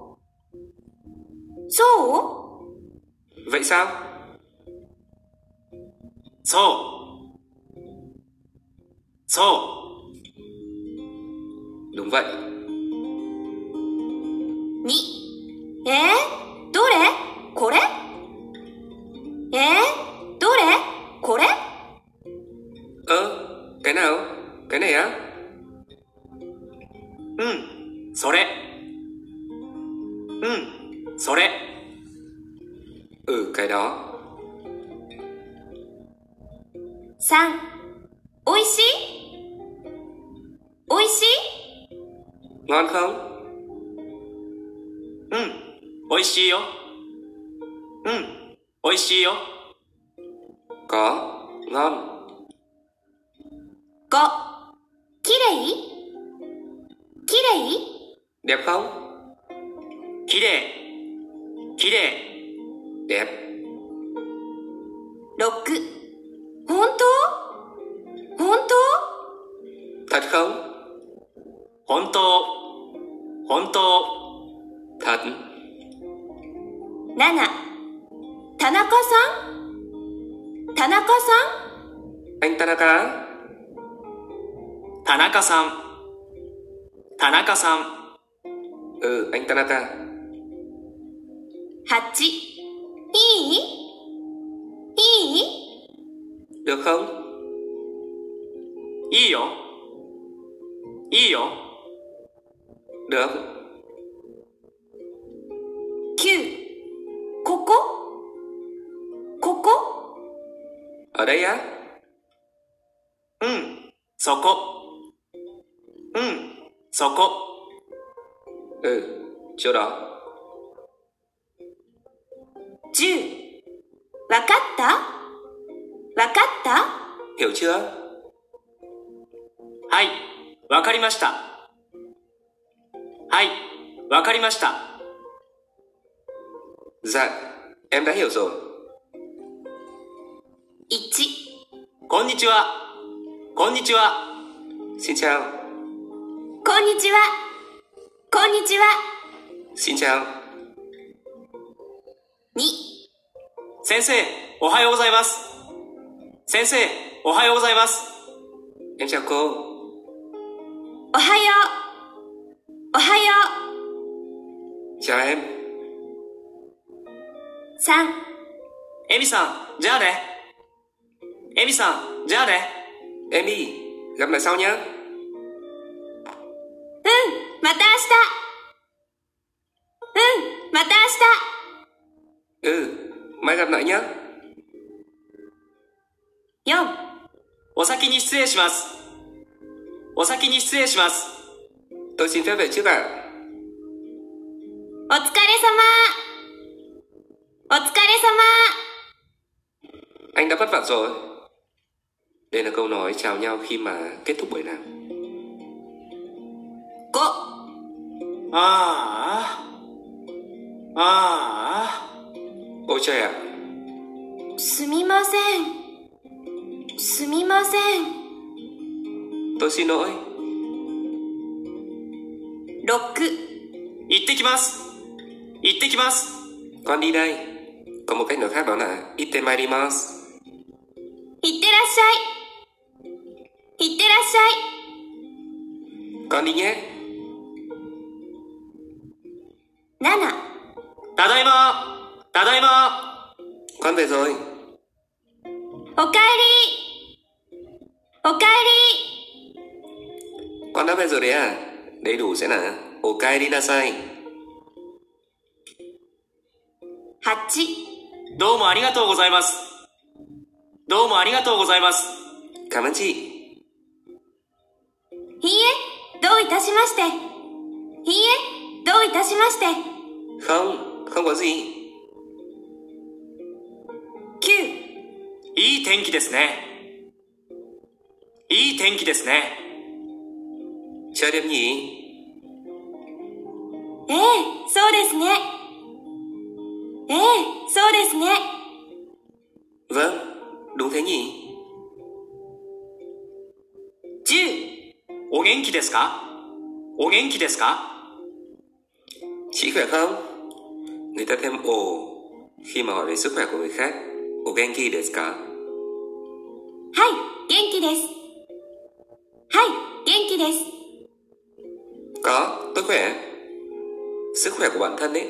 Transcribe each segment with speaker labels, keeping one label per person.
Speaker 1: そうそう。
Speaker 2: vậy sao? そう。そう。đúng vậy.
Speaker 1: うに。えー、どれこれえー、どれこれ
Speaker 2: ơ, cái nào? cái này á? ừ, それ. ừ, それ. ừ, cái đó.
Speaker 1: 三、おいしいおいしい
Speaker 2: ngon không? ừ, 美味しいよ。うん、美味しいよ。có, ngon.
Speaker 1: 五、きれいきれい
Speaker 2: đẹp không?
Speaker 3: きれいきれい
Speaker 2: đẹp.
Speaker 1: 六、本当本当
Speaker 2: thật không?
Speaker 3: 本当本当
Speaker 2: thật.
Speaker 1: 七、田中さん田中さ
Speaker 2: anh Tanaka,
Speaker 3: 田中さん田中さん
Speaker 2: ừ, anh Tanaka.
Speaker 1: ん八、いいいい
Speaker 2: được không?
Speaker 3: いいよいいよ
Speaker 2: được.
Speaker 1: 九、ここここ
Speaker 2: ở đây á? Ừ.
Speaker 3: うんそこうんそこ
Speaker 2: ừ, chỗ đó.
Speaker 1: 十、わかったわかった
Speaker 2: hiểu chưa?
Speaker 3: はいわかりましたはいわかりました
Speaker 2: dạ, em đã hiểu rồi.
Speaker 1: 一、
Speaker 3: こんにちはこんにちは
Speaker 2: xin chào.
Speaker 1: こんにちはこんにちは
Speaker 2: xin chào.
Speaker 1: 二、
Speaker 3: 先生おはようございます先生おはようございます
Speaker 2: em chào cô.
Speaker 1: おはようおはよ
Speaker 2: chào em.
Speaker 1: う三、
Speaker 3: エミさんじゃあねエミさんじゃあね
Speaker 2: em đi. gặp lại sau nhé.
Speaker 1: うん、また明日うん、また明
Speaker 2: ừ, mai gặp lại nhé.
Speaker 1: 日四、
Speaker 3: お先に失礼しますお先に失礼します
Speaker 2: tôi xin phép về trước ạ.
Speaker 1: お疲れ様お疲れ様
Speaker 2: anh đã vất vả rồi. đây là câu nói chào nhau khi mà kết thúc buổi làm.
Speaker 1: 五、
Speaker 3: ああああ
Speaker 2: ôi trời ạ,
Speaker 1: すみませんすみません
Speaker 2: tôi xin lỗi.
Speaker 1: 六、
Speaker 3: 行ってきます行ってきます
Speaker 2: con đi đây. có một cách nói khác đó là itemairimasu.
Speaker 1: いってらっしゃい。いってらっしゃい。
Speaker 2: con đi nhé.
Speaker 1: 七、
Speaker 3: ただいまただいま
Speaker 2: con về rồi.
Speaker 1: おかえり。おかえ
Speaker 2: con đã về rồi đấy à? đầy đủ sẽ là okai dinasai.
Speaker 1: り。八、
Speaker 3: どうもありがとうございますどうもありがとうございます
Speaker 2: cảm ơn
Speaker 1: い
Speaker 2: chị.
Speaker 1: いえ、どういたしまして。いいえ、どういたしまして。
Speaker 2: không, không có gì.
Speaker 1: 九、
Speaker 3: いい天気ですねいい天気ですね
Speaker 2: chơi đêm nhỉ?
Speaker 1: ええそうですね。ええそうですね。
Speaker 2: Vâng, đúng thế nhỉ?
Speaker 1: 十、
Speaker 3: お元気ですかお元気ですか
Speaker 2: Chị khỏe không? Người ta thêm ồ khi mà hỏi về sức khỏe của người khác. Ồ Genki desu ka?
Speaker 1: はい、元気です。はい、元気です。
Speaker 2: Có, tôi khỏe. Sức khỏe của bản thân ấy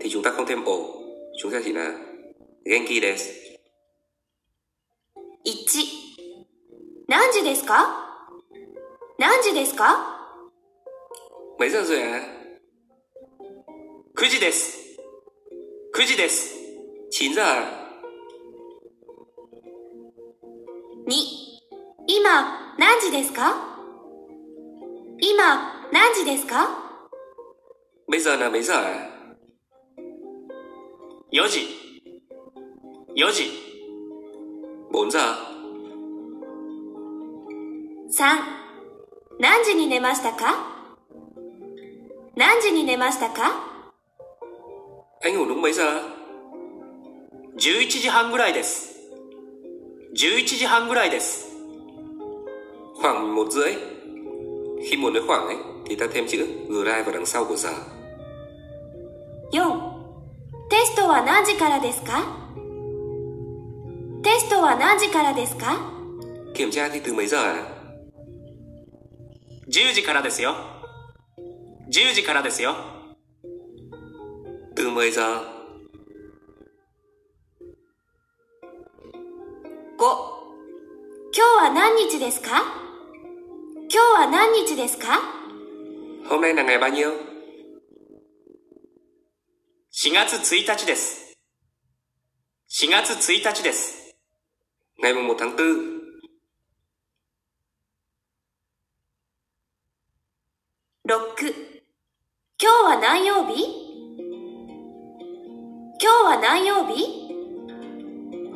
Speaker 2: thì chúng ta không thêm ồ. Chúng ta chỉ là Genki desu.
Speaker 1: 1何時ですか何時ですか
Speaker 2: Mấy giờ rồi à?
Speaker 3: 9時です。9時です。
Speaker 2: 9 giờ à?
Speaker 1: 2今何時ですか今何時ですか
Speaker 2: Bây giờ là mấy giờ à?
Speaker 3: 4時。4時。
Speaker 2: 4 giờ.
Speaker 1: 3何時に寝ましたか何時に寝ましたか
Speaker 2: Anh ngủ lúc mấy giờ?
Speaker 3: 11時半ぐらいです。11時半ぐらいです。
Speaker 2: Khoảng 1 rưỡi. Khi muốn nói khoảng ấy thì ta thêm chữ grai vào đằng sau của giờ.
Speaker 1: 4テストは何時からですかテストは何時からですか
Speaker 2: Kiểm tra thì từ mấy giờ à?
Speaker 3: 10時からですよ。10時からですよ。
Speaker 2: Từ 10 giờ.
Speaker 1: 5今日は何日ですか今日は何日ですか
Speaker 2: Hôm nay là ngày bao nhiêu?
Speaker 3: 4月1日です。4月1日です。
Speaker 2: Ngày mùng 1 tháng 4.
Speaker 1: 6今日は何曜日今日は何曜日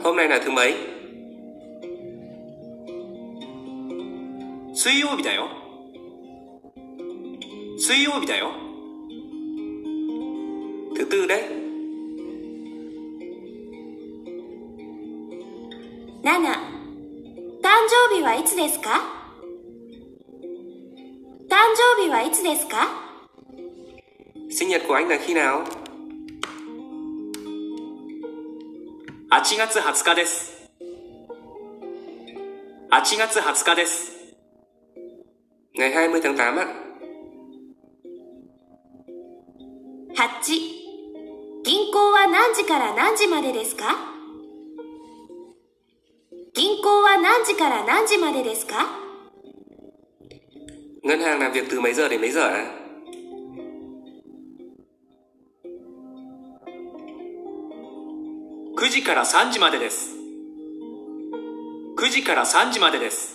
Speaker 2: Hôm nay là thứ mấy?
Speaker 3: 水曜日だよ。水曜日だよ。
Speaker 2: Thứ tư đấy.
Speaker 1: 7誕生日はいつですか誕生日はいつですか
Speaker 2: Sinh nhật của anh là khi nào?
Speaker 3: 8月20日です。8月20日です。
Speaker 2: Ngày 20 tháng 8 ạ.
Speaker 1: 8銀行は何時から何時までですか銀行は何時から何時までですか
Speaker 2: Ngân hàng làm việc từ mấy giờ đến mấy giờ ạ?
Speaker 3: 9時から3時までです。9時から3時までです。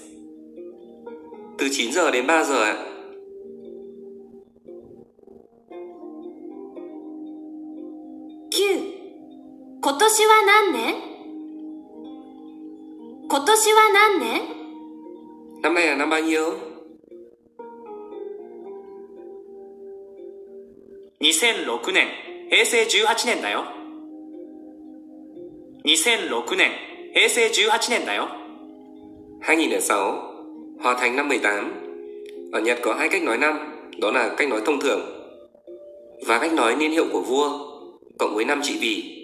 Speaker 2: Từ 9 giờ đến 3 giờ ạ.
Speaker 1: 9今年は何年今年は何年
Speaker 2: Năm nay là năm bao nhiêu?
Speaker 3: 2006年、平成18年だよ。2006年、平成18年だよ。
Speaker 2: 2006. Hòa thành năm 18. Ở Nhật có hai cách nói năm, đó là cách nói thông thường và cách nói niên hiệu của vua cộng với năm trị vì.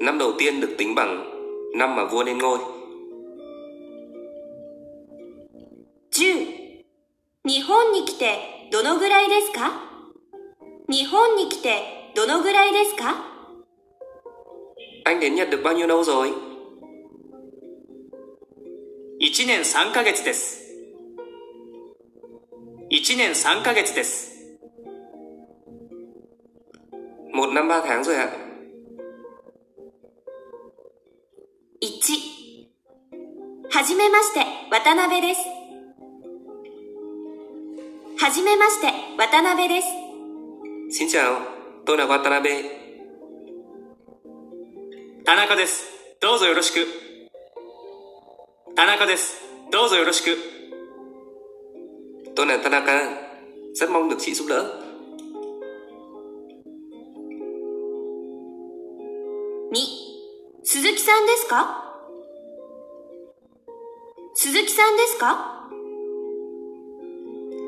Speaker 2: Năm đầu tiên được tính bằng năm mà vua lên ngôi.
Speaker 1: 10日本に来てどのぐらいですか日本に来てどのぐらいですか
Speaker 2: Anh đến Nhật được bao nhiêu lâu rồi?
Speaker 3: 1年3ヶ月です。1年3ヶ月です。
Speaker 2: Một năm ba tháng rồi ạ.
Speaker 1: 1はじめまして渡辺ですはじめまして渡辺です
Speaker 2: Xin chào, tôi là Watanabe.
Speaker 3: 田中です。どうぞよろしく。田中です。どうぞよろしく。
Speaker 2: Tôi là Tanaka. Rất mong được chị giúp đỡ.
Speaker 1: 2鈴木さんですか鈴木さんですか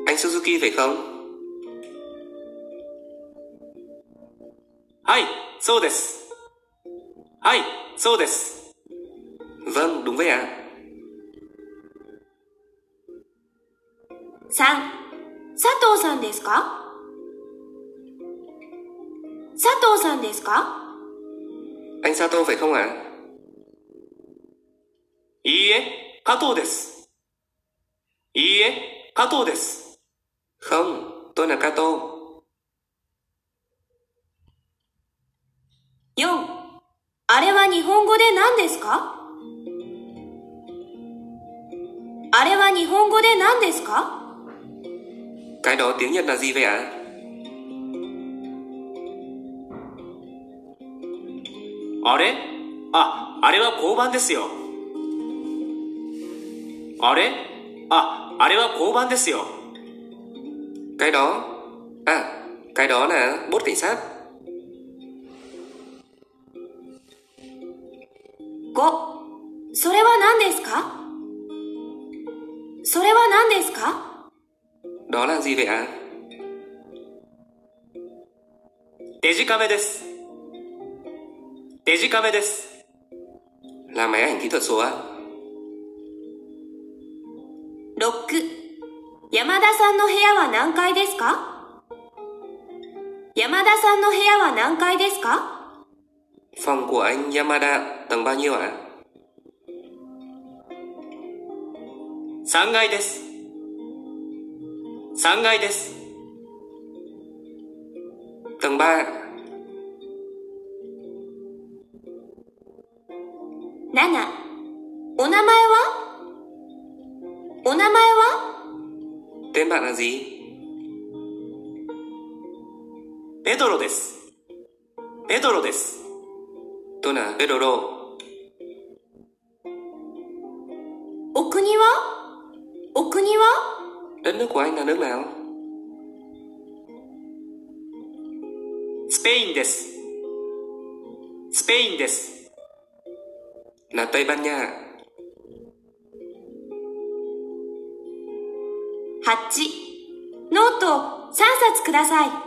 Speaker 2: Anh Suzuki phải không?
Speaker 3: はい、そうです。はい、そうです。
Speaker 2: Vâng, đúng vậy ạ.
Speaker 1: 三、佐藤さんですか佐藤さんですか
Speaker 2: Anh Sato phải không ạ?
Speaker 3: いいえ、加藤です。いいえ、加藤です。
Speaker 2: Không, tôi là Kato.
Speaker 1: 四、あれは日本語で何ですかあれは日本語で何ですか
Speaker 2: Cái đó tiếng Nhật là gì vậy ạ?
Speaker 3: あれ
Speaker 2: À,
Speaker 3: あ、あれは交番ですよ。あれ
Speaker 2: À,
Speaker 3: あ、あれは交番ですよ。
Speaker 2: Cái đó... À, cái đó là bốt cảnh sát.
Speaker 1: 五、それは何ですかそれは何ですか
Speaker 2: Đó là gì vậy ạ?
Speaker 3: デジカメです。デジカメです。
Speaker 2: Là máy ảnh kỹ thuật số ạ.
Speaker 1: 六、山田さんの部屋は何階ですか山田さんの部屋は何階ですか
Speaker 2: Phòng của anh Yamada tầng bao nhiêu ạ?
Speaker 3: 3階です。3階です。
Speaker 2: Tầng 3 ạ.
Speaker 1: 7お名前はお名前は
Speaker 2: Tên bạn là gì?
Speaker 3: ペドロです。ペドロです。
Speaker 2: Tôi là Pedro.
Speaker 1: お国はお国は
Speaker 2: Đất nước của anh là nước nào?
Speaker 3: スペインです。スペインです。
Speaker 2: Là Tây Ban Nha ạ.
Speaker 1: 8ノート3冊くださいノー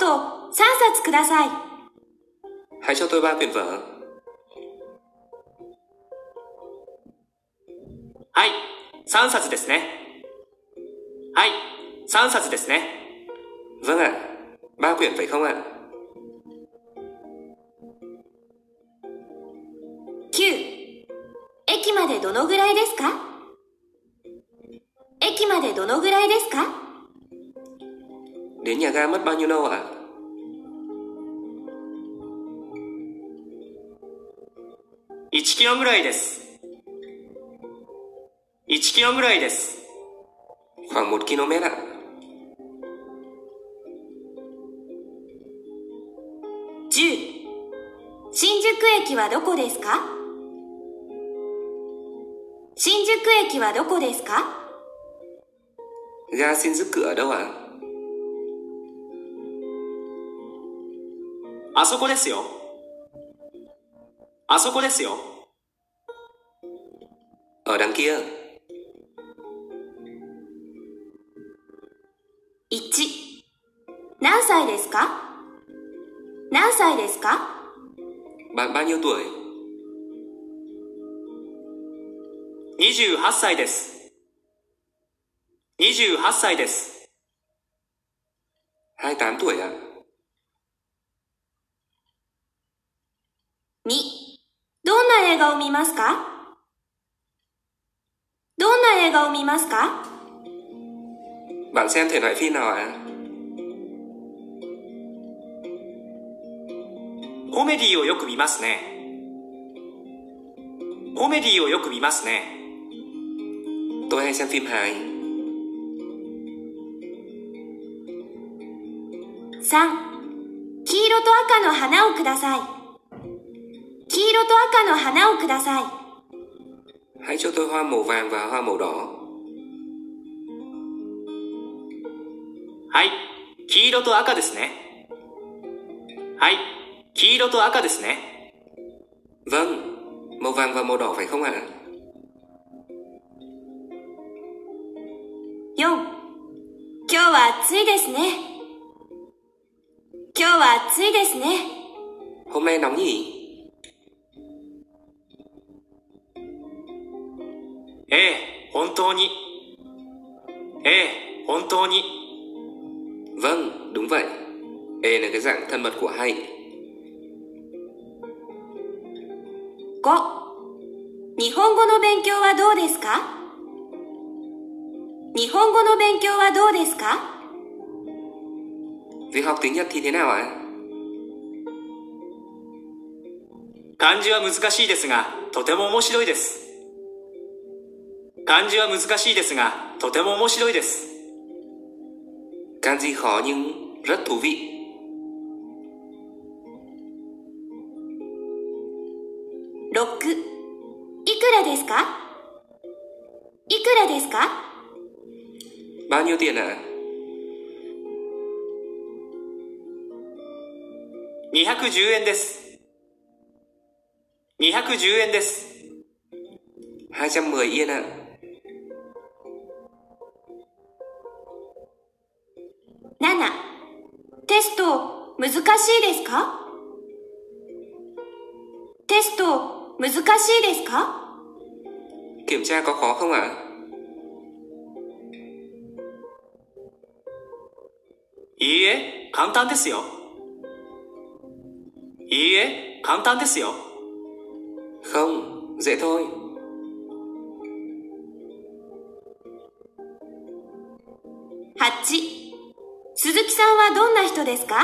Speaker 1: ト3冊ください
Speaker 2: Hãy cho tôi ba quyển vở.
Speaker 3: はい、3冊ですね。はい、3冊ですね。
Speaker 2: Vâng ạ. Ba quyển phải không ạ?
Speaker 1: 9駅までどのぐらいですか駅までどのぐらいですか
Speaker 2: Đến nhà ga mất bao nhiêu lâu ạ?
Speaker 3: 1キロぐらいです。1キロぐらいです。
Speaker 2: Khoảng 1 km ạ.
Speaker 1: 10新宿駅はどこですか新宿駅はどこですか
Speaker 2: Ga Shinjuku ở đâu ạ?
Speaker 3: あそこですよ。あそこですよ。
Speaker 2: Ở đằng kia.
Speaker 1: 1何歳ですか何歳ですか
Speaker 2: Bạn bao nhiêu tuổi?
Speaker 3: 28歳です。28歳です。
Speaker 2: 28 tuổi ạ.
Speaker 1: 2どんな映画を見ますかどんな映画を見ますか
Speaker 2: Bạn xem thể loại phim nào ạ?
Speaker 3: コメディをよく見ますね。コメディをよく見ますね。
Speaker 2: Tôi hay xem phim hài.
Speaker 1: 3黄色と赤の花をください黄色と赤の花をください
Speaker 2: Hãy cho tôi hoa màu vàng và hoa màu đỏ.
Speaker 3: はい。黄色と赤ですね。はい。黄色と赤ですね。
Speaker 2: Vâng, màu vàng và màu đỏ phải không ạ?
Speaker 1: 4今日は暑いですね今日は暑いですね。
Speaker 2: Hôm nay nóng nhỉ?
Speaker 3: ええ、本当に。ええ、本当に。
Speaker 2: Vâng, đúng vậy. Ê là cái dạng thân mật của hay.
Speaker 1: 5日本語の勉強はどうですか日本語の勉強はどうですか
Speaker 2: Việc học tiếng Nhật thì thế nào ạ?
Speaker 3: 漢字は難しいですが、とても面白いです。漢字は難しいですが、とても面白いです。
Speaker 2: Kanji khó nhưng rất thú vị.
Speaker 1: 6いくらですかいくらですか
Speaker 2: Bao nhiêu tiền ạ?
Speaker 3: 210円です。210円です。
Speaker 2: 210 yên ạ.
Speaker 1: 7テスト難しいですかテスト難しいですか
Speaker 2: Kiểm tra có khó không ạ?
Speaker 3: いいえ、簡単ですよ。いいえ、簡単ですよ。
Speaker 2: Không, dễ thôi.
Speaker 1: 8鈴木さんはどんな人ですか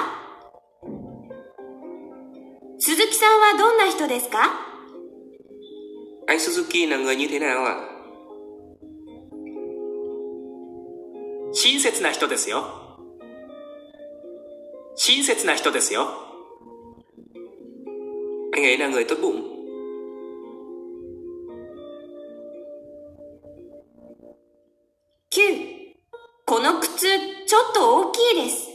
Speaker 1: 鈴木さんはどんな人ですか
Speaker 2: Anh Suzuki là người như thế nào ạ?
Speaker 3: 親切な人ですよ。親切な人ですよ。
Speaker 2: Anh ấy là người tốt bụng.
Speaker 1: 9この靴ちょっと大きいです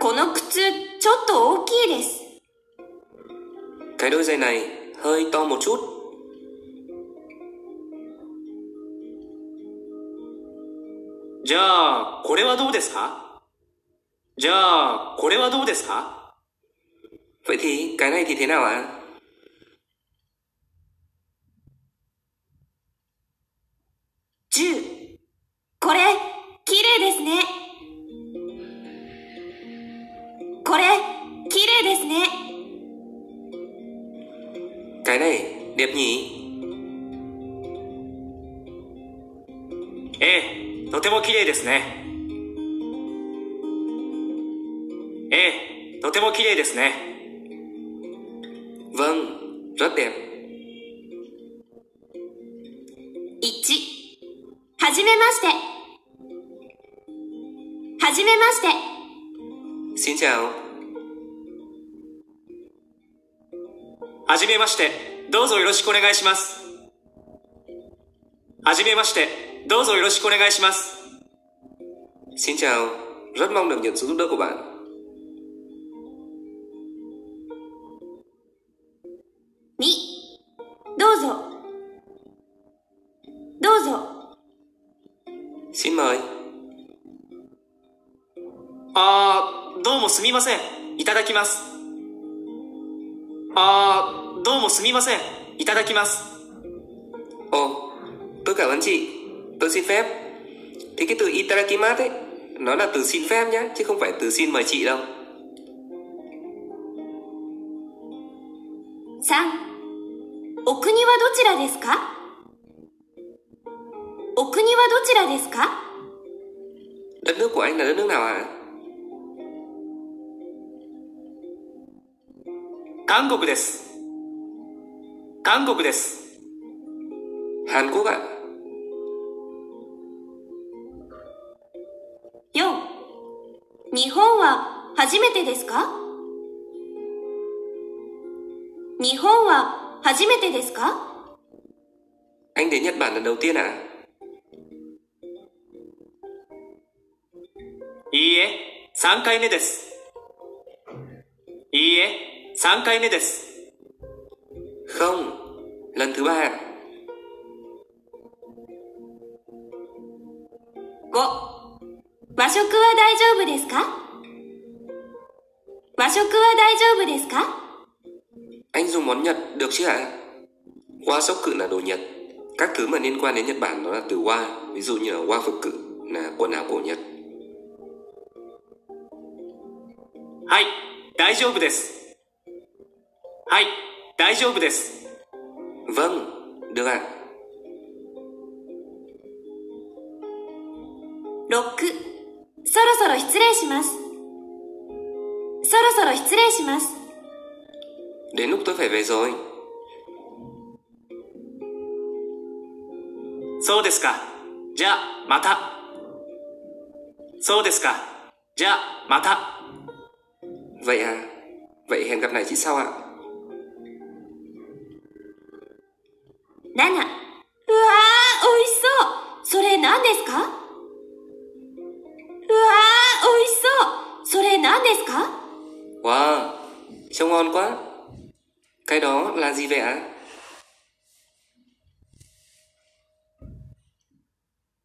Speaker 1: この靴ちょっと大きいです
Speaker 2: Cái đôi giày này hơi to một chút.
Speaker 3: じゃあ、これはどうですかじゃあ、これはどうですか
Speaker 2: Vậy thì cái này thì thế nào ạ?
Speaker 1: 10これ綺麗ですねこれ綺麗ですね
Speaker 2: Cái này đẹp nhỉ?
Speaker 3: ええ、とても綺麗ですね。ええ、とても綺麗ですね。
Speaker 2: Vâng, rất đẹp.
Speaker 1: 1はじめましてはじめまして
Speaker 2: Xin chào,
Speaker 3: はじめまして、どうぞよろしくお願いします。はじめまして、どうぞよろしくお願いします。
Speaker 2: xin chào, rất mong được nhận sự giúp đỡ của bạn.
Speaker 1: 2どうぞどうぞ
Speaker 2: Xin mời,
Speaker 3: あー、どうもすみません。いただきます。あー、どうもすみません。いただきます。
Speaker 2: ồ, tôi cảm ơn chị, tôi xin phép. Thế cái từ Itarakimasu ấy, nó là từ xin phép nhá, chứ không phải từ xin mời chị đâu.
Speaker 1: 3お国はどちらですかお国はどちらですか
Speaker 2: Đất nước của anh là đất nước nào ạ?
Speaker 3: 韓国です。韓国です。
Speaker 2: Hàn Quốc ạ.
Speaker 1: 4日本は初めてですか日本は初めてですか
Speaker 2: Anh đến Nhật Bản lần đầu tiên ạ?
Speaker 3: いいえ、3回目です。いいえ、3回目です。
Speaker 2: Không, lần thứ ba ạ.
Speaker 1: 5和食は大丈夫ですか和食は大丈夫ですか
Speaker 2: Anh dùng món Nhật được chứ ạ? Hoa sóc cự là đồ Nhật. Các thứ mà liên quan đến Nhật Bản đó là từ hoa, ví dụ như là hoa phục cự là quần áo cổ Nhật.
Speaker 3: はい、大丈夫です。はい、大丈夫です。
Speaker 2: Vâng, được ạ.
Speaker 1: 6そろそろ失礼しますそろそろ失礼します
Speaker 2: Đến lúc tôi phải về rồi.
Speaker 3: そうですか。じゃあ、また。そうですか。じゃあ、また。
Speaker 2: Vậy à? Vậy hẹn gặp lại chị sau ạ.
Speaker 1: 7うわー美味しそうそれ何ですかうわー美味しそうそれ何ですか
Speaker 2: Wow, trông ngon quá. Cái đó là gì vậy ạ?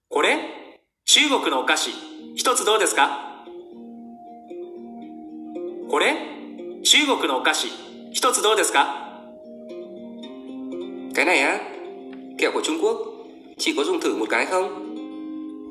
Speaker 3: これ中国のお菓子、一つどうですかこれ中国のお菓子、一つどうですか
Speaker 2: Cái này á? Kẹo của Trung Quốc. Chị có dùng thử một cái không?